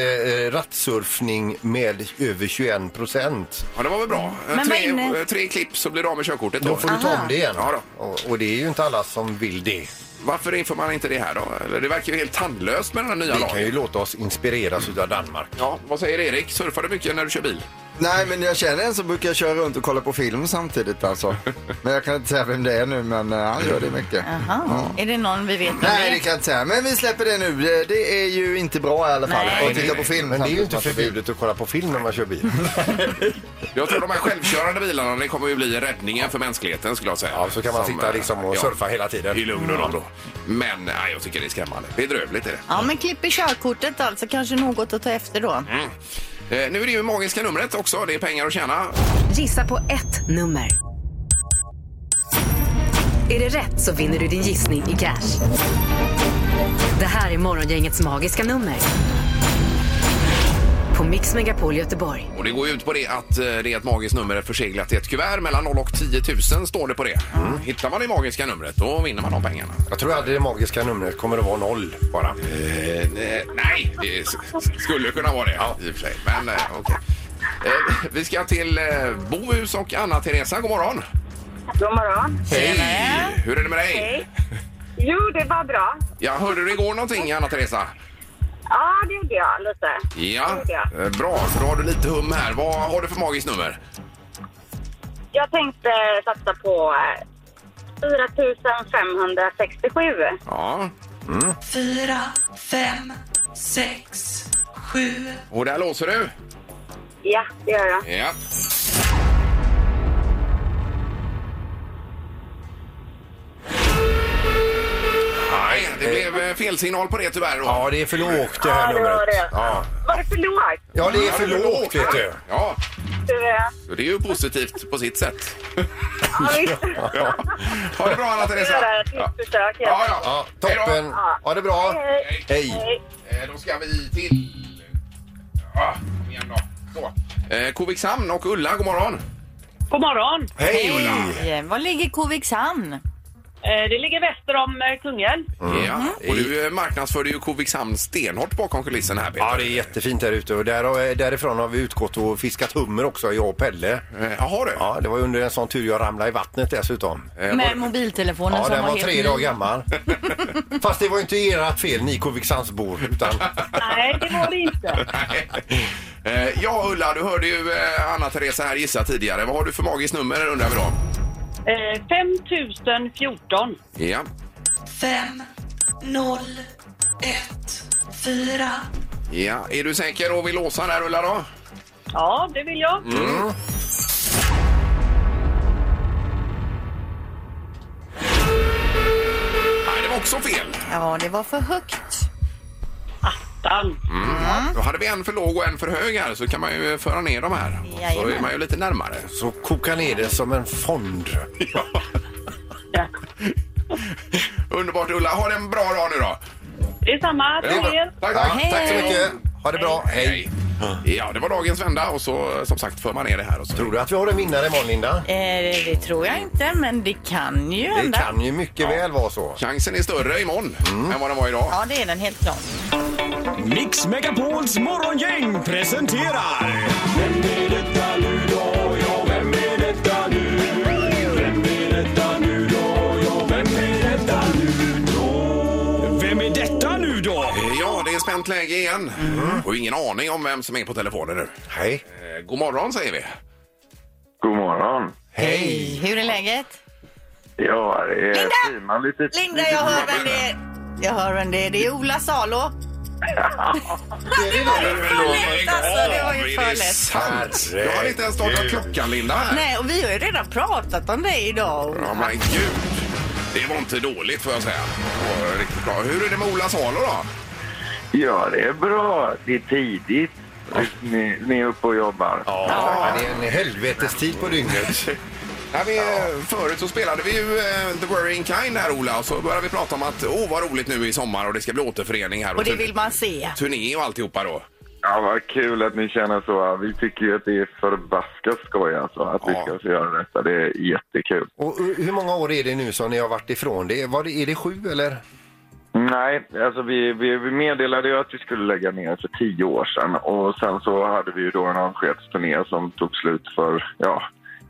[SPEAKER 3] rattsurfning med över 21 procent.
[SPEAKER 1] Ja, det var väl bra.
[SPEAKER 3] Mm.
[SPEAKER 1] Eh,
[SPEAKER 2] Men vad
[SPEAKER 1] tre,
[SPEAKER 2] inne-
[SPEAKER 1] eh, tre klipp så blir du av med körkortet.
[SPEAKER 3] Då får du ta om det igen.
[SPEAKER 1] Ja, då.
[SPEAKER 3] Och, och det är ju inte alla som vill det.
[SPEAKER 1] Varför inför man inte det här då? Eller det verkar ju helt tandlöst med den här nya
[SPEAKER 3] Vi kan
[SPEAKER 1] lagen.
[SPEAKER 3] ju låta oss inspireras utav Danmark.
[SPEAKER 1] Ja, vad säger Erik? Surfar du mycket när du kör bil?
[SPEAKER 6] Nej, men jag känner en som brukar köra runt och kolla på film samtidigt alltså. Men jag kan inte säga vem det är nu, men eh, han gör det mycket.
[SPEAKER 2] Jaha. Är det någon vi vet om
[SPEAKER 6] Nej,
[SPEAKER 2] det
[SPEAKER 6] det
[SPEAKER 2] är?
[SPEAKER 6] kan jag inte säga. Men vi släpper det nu. Det- Det är ju inte bra i alla fall.
[SPEAKER 2] Nej.
[SPEAKER 6] att titta på film
[SPEAKER 3] Men det är ju
[SPEAKER 6] samtidigt som
[SPEAKER 3] inte
[SPEAKER 6] man kör bil.
[SPEAKER 3] förbjudet att kolla på film när man kör bil.
[SPEAKER 1] Jag tror de här självkörande bilarna, det kommer ju bli räddningen för mänskligheten skulle jag säga.
[SPEAKER 3] Ja, så kan man
[SPEAKER 1] Som,
[SPEAKER 3] sitta
[SPEAKER 1] eh,
[SPEAKER 3] liksom och
[SPEAKER 1] ja,
[SPEAKER 3] surfa Mm. hela tiden.
[SPEAKER 1] I lugn och ro. Men nej, jag tycker det är skrämmande. Bedrövligt är det.
[SPEAKER 2] Ja, men klipp i körkortet alltså. Kanske något att ta efter då.
[SPEAKER 1] Mm. Eh, nu är det ju magiska numret också. Det är pengar att tjäna.
[SPEAKER 4] Gissa på ett nummer. Är det rätt så vinner du din gissning i cash. Det här är Morgongängets magiska nummer. På Mix Megapol Göteborg.
[SPEAKER 1] Och det går ju ut på det att eh, det är ett magiskt nummer förseglat i ett kuvert. Mellan 0 och 10 000 står det på det.
[SPEAKER 3] Mm.
[SPEAKER 1] Hittar man det magiska numret, då vinner man de pengarna.
[SPEAKER 3] Jag tror aldrig det magiska numret kommer att vara noll bara.
[SPEAKER 1] Eh, ne- nej, det s- s- skulle kunna vara det i och för sig. Men eh, okej. Eh, vi ska till eh, Bohus och Anna-Teresa. God morgon!
[SPEAKER 7] God morgon.
[SPEAKER 1] Hej! Hur är det med dig?
[SPEAKER 7] Hej. Jo, det var bra.
[SPEAKER 1] Ja, hörde du igår någonting, Anna-Teresa?
[SPEAKER 7] Ja, det gjorde jag lite.
[SPEAKER 1] Ja,
[SPEAKER 7] Det gjorde jag.
[SPEAKER 1] Eh, bra. Så då har du lite hum här. Vad har du för magiskt nummer?
[SPEAKER 7] Jag tänkte satsa på eh, 4 567.
[SPEAKER 1] Ja,
[SPEAKER 10] 4, 5, 6, 7.
[SPEAKER 1] och där låser du.
[SPEAKER 7] Ja, det gör jag.
[SPEAKER 1] Ja. Nej, det blev eh, fel signal på det tyvärr. Då.
[SPEAKER 3] Ja, det är för lågt det här
[SPEAKER 7] Ja, det
[SPEAKER 3] numret.
[SPEAKER 7] var det.
[SPEAKER 3] Ja.
[SPEAKER 7] Var det för lågt?
[SPEAKER 3] ja, det är för lågt vet du.
[SPEAKER 1] Ja,
[SPEAKER 7] Eh,
[SPEAKER 1] så det är ju positivt på sitt sätt.
[SPEAKER 7] Ja, visst.
[SPEAKER 1] Ja. Ha det bra,
[SPEAKER 7] Jag
[SPEAKER 1] Anna-Teresa.
[SPEAKER 7] ska göra ett nytt försök. helt
[SPEAKER 1] Ja, ja.
[SPEAKER 3] Ja,
[SPEAKER 1] Hej då.
[SPEAKER 3] toppen. Ha det bra.
[SPEAKER 7] Hej.
[SPEAKER 3] Hej.
[SPEAKER 7] Hej.
[SPEAKER 1] Eh, Då ska vi till... Ja, kom igen då. Så. Eh, Kovikshamn och Ulla, god morgon.
[SPEAKER 10] God morgon!
[SPEAKER 3] Hej Ulla!
[SPEAKER 2] Hej! Var ligger Kovikshamn?
[SPEAKER 10] Eh, Det ligger väster om eh, Kungälv.
[SPEAKER 3] Mm.
[SPEAKER 1] Ja, och du eh, marknadsförde ju Kovikshamn stenhårt bakom kulissen här, Peter.
[SPEAKER 3] Ja, det är jättefint där ute och där, har- därifrån har vi utgått och fiskat hummer också, jag och Pelle.
[SPEAKER 1] Eh, Jaha du.
[SPEAKER 3] Ja, det var under en sån tur jag ramlade i vattnet dessutom.
[SPEAKER 1] Eh, var-
[SPEAKER 2] Med mobiltelefonen
[SPEAKER 3] Ja,
[SPEAKER 2] som
[SPEAKER 3] den
[SPEAKER 2] var,
[SPEAKER 3] var
[SPEAKER 2] helt
[SPEAKER 3] tre
[SPEAKER 2] ny.
[SPEAKER 3] dagar gammal. Fast det var inte ert fel, ni Koviksandsbor, utan
[SPEAKER 10] Nej, det var det inte.
[SPEAKER 1] Eh, Ja, Ulla, du hörde ju eh, Anna-Teresa här gissa tidigare. Vad har du för magiskt nummer undrar vi då?
[SPEAKER 10] Eh, 5014.
[SPEAKER 1] Ja.
[SPEAKER 10] 5, 0, 1, 4.
[SPEAKER 1] Ja, är du säker och vill låsa där Ulla då?
[SPEAKER 10] Ja, det vill jag.
[SPEAKER 1] Mm. Nej, det var också fel.
[SPEAKER 2] Ja, det var för högt.
[SPEAKER 10] Attan.
[SPEAKER 1] Då hade vi en för låg och en för hög här så kan man ju föra ner dem här. Och Så är
[SPEAKER 2] Jajamän.
[SPEAKER 1] man ju lite närmare.
[SPEAKER 3] så kokar ner det som en fond.
[SPEAKER 10] Ja.
[SPEAKER 1] Mm. Underbart Ulla, ha en bra dag nu då.
[SPEAKER 10] Det är samma
[SPEAKER 1] Ja.
[SPEAKER 10] till er.
[SPEAKER 1] Tack,
[SPEAKER 3] Ja,
[SPEAKER 1] tack.
[SPEAKER 3] tack så mycket, ha det bra, hej!
[SPEAKER 1] Hej. Ja, det var dagens vända och så som sagt för man ner det här och så.
[SPEAKER 3] Tror du att vi har en vinnare imorgon Linda?
[SPEAKER 2] Eh, det tror jag inte, men det kan ju
[SPEAKER 3] Det
[SPEAKER 2] hända.
[SPEAKER 3] kan ju mycket väl vara så.
[SPEAKER 1] Chansen är större imorgon
[SPEAKER 3] Mm.
[SPEAKER 1] än vad den var idag.
[SPEAKER 2] Ja, det är den helt klart.
[SPEAKER 11] Mix Megapols morgongäng presenterar... Vem är detta nu då? Ja, vem är detta nu? Vem är detta nu då? Ja, vem är detta nu då? Vem är detta nu då?
[SPEAKER 1] Ja, det är spänt läge igen.
[SPEAKER 3] Mm.
[SPEAKER 1] Och ingen aning om vem som är på telefonen nu.
[SPEAKER 3] Hej!
[SPEAKER 1] Eh, God morgon säger vi.
[SPEAKER 8] God morgon.
[SPEAKER 2] Hej! Hur är läget?
[SPEAKER 8] Ja, det
[SPEAKER 2] Linda!
[SPEAKER 8] är man lite...
[SPEAKER 2] Linda, jag hör vem det är. Jag hör vem det är. Det är Ola Salo. det var ju för lätt alltså. Det var ju för lätt.
[SPEAKER 1] Sant! Jag har inte ens startat klockan, Linda. Här.
[SPEAKER 2] Nej, och vi har ju redan pratat om dig idag. Ola.
[SPEAKER 1] Ja, men gud. Det var inte dåligt får jag säga. Det var riktigt bra. Hur är det med Ola Salo då?
[SPEAKER 8] Ja, det är bra. Det är tidigt. Ni, ni är uppe och jobbar.
[SPEAKER 3] Ja, det är en helvetes tid på dygnet.
[SPEAKER 1] Ja, vi, Förut så spelade vi ju eh, The Worrying Kind här Ola och så började vi prata om att åh vad roligt nu i sommar och det ska bli återförening här
[SPEAKER 2] Och det
[SPEAKER 1] turn-
[SPEAKER 2] vill man se.
[SPEAKER 1] turné och alltihopa då.
[SPEAKER 12] Ja, vad kul att ni känner så. Vi tycker ju att det är förbaskat skoj alltså, att vi ska få göra detta. Det är jättekul.
[SPEAKER 3] Och hu- hur många år är det nu som ni har varit ifrån det? Var det är det sju eller?
[SPEAKER 12] Nej, alltså vi, vi, vi meddelade ju att vi skulle lägga ner för tio år sedan och sen så hade vi ju då en avskedsturné som tog slut för, ja,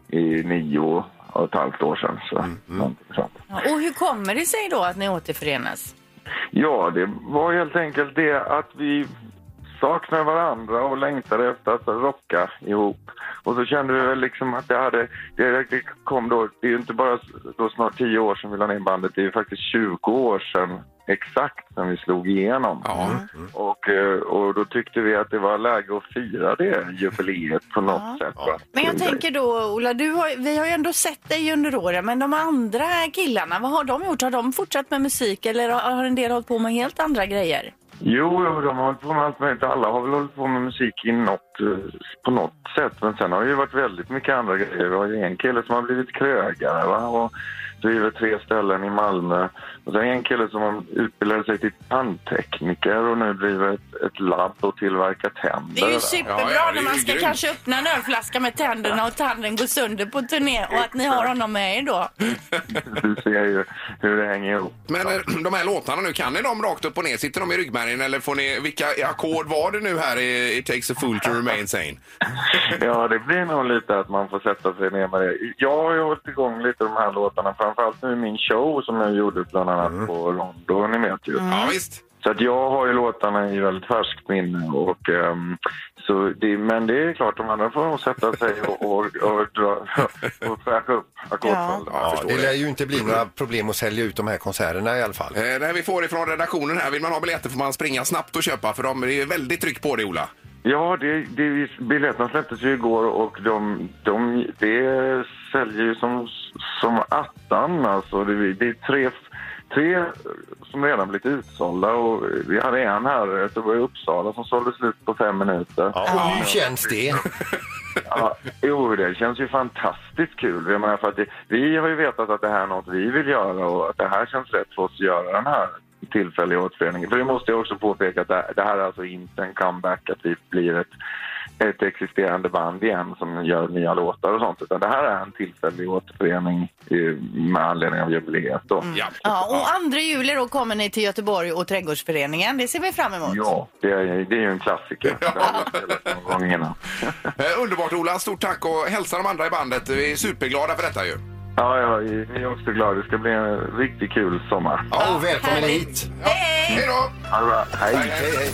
[SPEAKER 12] i nio och ett halvt år sedan. Så, någonting sånt.
[SPEAKER 2] Ja, Och hur kommer det sig då att ni återförenas?
[SPEAKER 12] Ja, det var helt enkelt det att vi saknade varandra och längtade efter att rocka ihop. Och så kände vi väl liksom att det hade, det, det kom då, det är ju inte bara då snart tio år sedan vi la ner bandet, det är ju faktiskt 20 år sedan exakt som vi slog igenom.
[SPEAKER 3] Mm.
[SPEAKER 12] Och, eh, och då tyckte vi att det var läge att fira det jubileet på något sätt. va?
[SPEAKER 2] Men jag tänker då, Ola, du har, vi har ju ändå sett dig under åren, men de andra killarna, vad har de gjort? Har de fortsatt med musik eller har har en del hållit på med helt andra grejer?
[SPEAKER 12] Jo, jo, de har hållit på med allt möjligt. Alla har väl hållit på med musik i något, eh, på något sätt. Men sen har det ju varit väldigt mycket andra grejer. Vi har ju en kille som har blivit krögare va? och driver tre ställen i Malmö. Och sen en kille som har- utbildade sig till tandtekniker och nu driver ett, ett labb och tillverkar tänder.
[SPEAKER 2] Det är ju
[SPEAKER 12] va?
[SPEAKER 2] superbra när man ska kanske öppna en ölflaska med tänderna och tanden går sönder på turné och att ni har honom med er då.
[SPEAKER 12] Du ser ju hur det hänger ihop.
[SPEAKER 1] Men eh, de här låtarna nu, kan ni dem rakt upp och ner? Sitter de i ryggmärgen eller får ni, vilka ackord var det nu här i It takes a fool to remain sane?
[SPEAKER 12] Ja, det blir nog lite att man får sätta sig ner med det. Jag har ju hållit igång lite de här låtarna, framförallt nu i min show som jag gjorde bland annat på London, ni vet
[SPEAKER 2] Mm.
[SPEAKER 12] ju.
[SPEAKER 3] Mm.
[SPEAKER 1] Ja, visst.
[SPEAKER 12] Så att jag har ju låtarna i väldigt färskt minne. Och, ehm, så det, men det är klart, de andra får nog sätta sig och, och, och, dra- och fräscha upp ackordföljden.
[SPEAKER 3] Ja, det lär ju inte bli några problem att sälja ut de här konserterna i alla fall.
[SPEAKER 1] Eh, Det här vi får ifrån redaktionen här, vill man ha biljetter får man springa snabbt och köpa för de, det är väldigt tryck på det Ola.
[SPEAKER 12] Ja, det, det, biljetterna släpptes ju igår och de, de, det säljer ju som, som attan. Alltså, det, det är tre, tre som redan blivit utsålda och vi hade en här, jag tror det var i Uppsala, som sålde slut på fem minuter.
[SPEAKER 3] Och hur känns det?
[SPEAKER 12] Ja, jo, det känns ju fantastiskt kul. Jag menar, för att det, vi har ju vetat att det här är något vi vill göra och att det här känns rätt för oss att göra den här tillfälliga återföreningen. För det måste jag också påpeka att det, det här är alltså inte en comeback, att vi blir ett, ett existerande band igen som gör nya låtar och sånt, utan det här är en tillfällig återförening eh, med anledning av jubileet. Då.
[SPEAKER 1] Mm.
[SPEAKER 2] Ja, och 2 juli då kommer ni till Göteborg och Trädgårdsföreningen. Det ser vi fram emot.
[SPEAKER 12] Ja, det är, det är ju en klassiker. Det har vi spelat några gånger innan.
[SPEAKER 1] Eh, Underbart Ola, stort tack och hälsa de andra i bandet. Vi är superglada för detta ju.
[SPEAKER 12] Ja, ja, vi är också glada. Det ska bli en riktigt kul sommar.
[SPEAKER 3] Ja, välkommen hit!
[SPEAKER 1] Hej då!
[SPEAKER 12] hej, hej. hej.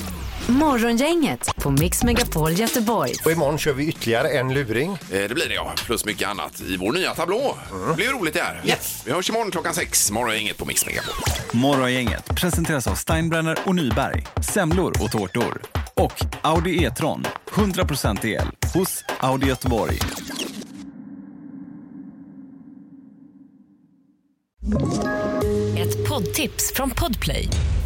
[SPEAKER 4] Morgongänget på Mix Megapol Göteborg.
[SPEAKER 3] Och imorgon kör vi ytterligare en luring.
[SPEAKER 1] Eh, Det blir det ja, plus mycket annat i vår nya tablå. Det blir ju roligt det här. Mm. Yes. Vi hörs imorgon klockan sex. Morgon är inget på Mix Megapol.
[SPEAKER 13] Morgongänget presenteras av Steinbrenner och Nyberg, semlor och tårtor. Och Audi E-tron, 100% el, hos Audi Göteborg.
[SPEAKER 14] Ett poddtips från Podplay.